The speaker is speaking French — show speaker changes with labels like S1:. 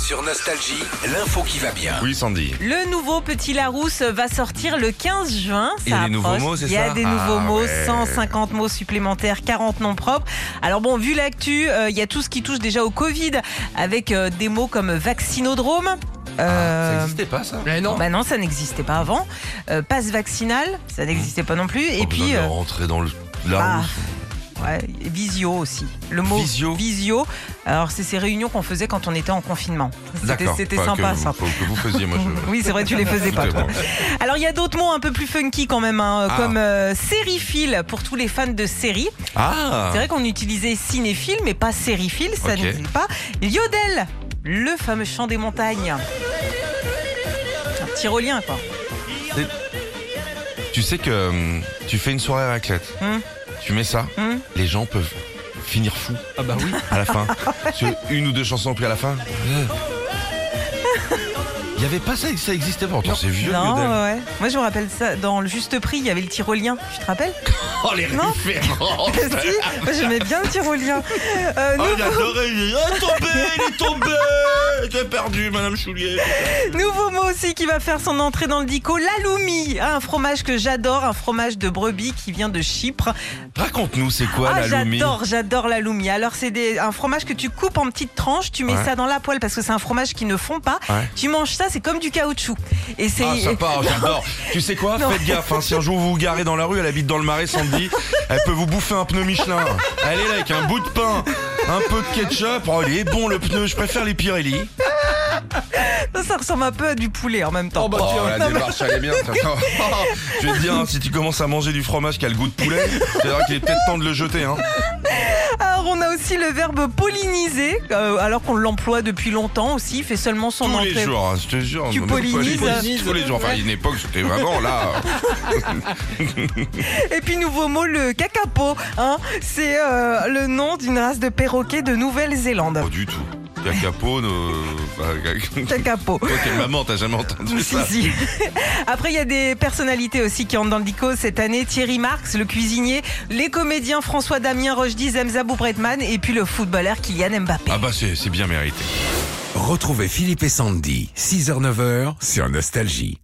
S1: Sur Nostalgie, l'info qui va bien.
S2: Oui, Sandy.
S3: Le nouveau Petit Larousse va sortir le 15 juin.
S2: Il y a
S3: Ça
S2: des nouveaux
S3: approche.
S2: mots, c'est
S3: Il y a
S2: ça
S3: des nouveaux
S2: Ah
S3: mots,
S2: ouais.
S3: 150 mots supplémentaires, 40 noms propres. Alors bon, vu l'actu, euh, il y a tout ce qui touche déjà au Covid, avec euh, des mots comme vaccinodrome.
S2: Ah, Ça
S3: euh,
S2: n'existait pas, ça
S4: Mais non.
S3: bah non, ça n'existait pas avant. Euh, passe vaccinal, ça n'existait pas non plus. Et
S2: Oh, putain,
S3: puis,
S2: mais
S3: euh,
S2: rentrer dans le.
S3: bah,
S2: Là,
S3: ouais, visio aussi. Le mot
S2: Visio
S3: Alors c'est ces réunions qu'on faisait quand on était en confinement. C'était-
S2: d'accord.
S3: C'était
S2: Enfin,
S3: sympa
S2: que,
S3: ça.
S2: faut que vous faisiez, moi je.
S3: Oui, c'est vrai, tu les faisais pas. toi.
S2: Excusez-moi.
S3: Alors il y a d'autres mots un peu plus funky quand même, hein,
S2: Ah.
S3: comme euh, sériephile pour tous les fans de séries.
S2: Ah
S3: C'est vrai qu'on utilisait cinéphile, mais pas sériephile, ça
S2: Ok.
S3: n'existe pas. Yodel, le fameux chant des montagnes. Un tyrolien quoi.
S2: Tu sais que hum, tu fais une soirée à raclette.
S3: Hmm.
S2: Tu mets ça,
S3: Hmm.
S2: les gens peuvent finir fous
S4: Ah bah oui.
S2: à la fin. Sur une ou deux chansons, puis à la fin. Euh. Il n'y avait pas ça, ça existait pas. Pourtant, c'est vieux,
S3: non,
S2: Lionel.
S3: ouais, ouais. Moi je me rappelle ça, dans le juste prix, il y avait le tyrolien, tu te rappelles
S2: Oh, les
S3: Non.
S2: références
S3: Si, moi, j'aimais bien le tyrolien. Euh,
S2: Oh,
S3: nouveau-
S2: j'adorais. Il est Ah, tombé, il est tombé J'ai perdu, Madame Choulier.
S3: Nouveau mot aussi qui va faire son entrée dans le dico, l'aloumi, un fromage que j'adore, un fromage de brebis qui vient de Chypre.
S2: Raconte-nous, c'est quoi
S3: ah,
S2: la Lumi
S3: j'adore, j'adore l'aloumi. Alors c'est des- un fromage que tu coupes en petites tranches, tu mets
S2: Ouais.
S3: ça dans la poêle parce que c'est un fromage qui ne fond pas.
S2: Ouais.
S3: Tu manges ça, c'est comme du caoutchouc. Et c'est
S2: Ah, sympa, j'adore. Tu sais quoi
S3: Non.
S2: Faites gaffe. hein, si un jour vous vous garez dans la rue, elle habite dans le marais, Sandy, elle peut vous bouffer un pneu Michelin. Elle est là avec un bout de pain, un peu de ketchup. Oh, il est bon le pneu, je préfère les Pirelli.
S3: ça ressemble un peu à du poulet en même temps.
S4: Oh, bah,
S2: Oh,
S4: tiens.
S2: la
S4: Non,
S2: démarche, elle est bien. je vais te dire, hein, si tu commences à manger du fromage qui a le goût de poulet, c'est vrai qu'il est peut-être temps de le jeter. Hein.
S3: Alors on a aussi le verbe polliniser, euh, alors qu'on l'emploie depuis longtemps aussi, il fait seulement son
S2: Tous
S3: entrée.
S2: les jours, hein, je te jure.
S3: Tu
S2: on- on-
S3: pollinises.
S2: Tous les jours. Enfin, il y a une époque, c'était vraiment là. euh,
S3: Et puis nouveau mot, le cacapo, hein, c'est euh, le nom d'une race de perroquets de Nouvelle-Zélande.
S2: Pas du tout. Cacapone.
S3: Cacapo.
S2: bah, Ok, maman, t'as jamais entendu
S3: Si,
S2: ça
S3: si. Après, il y a des personnalités aussi qui entrent dans le dico cette année. Thierry Marx, le cuisinier, les comédiens François Damien, Rochdy, Zemzabou Bretman et puis le footballeur Kylian Mbappé.
S2: Ah bah c'est c'est bien mérité.
S1: Retrouvez Philippe et Sandy, 6h-9h sur Nostalgie.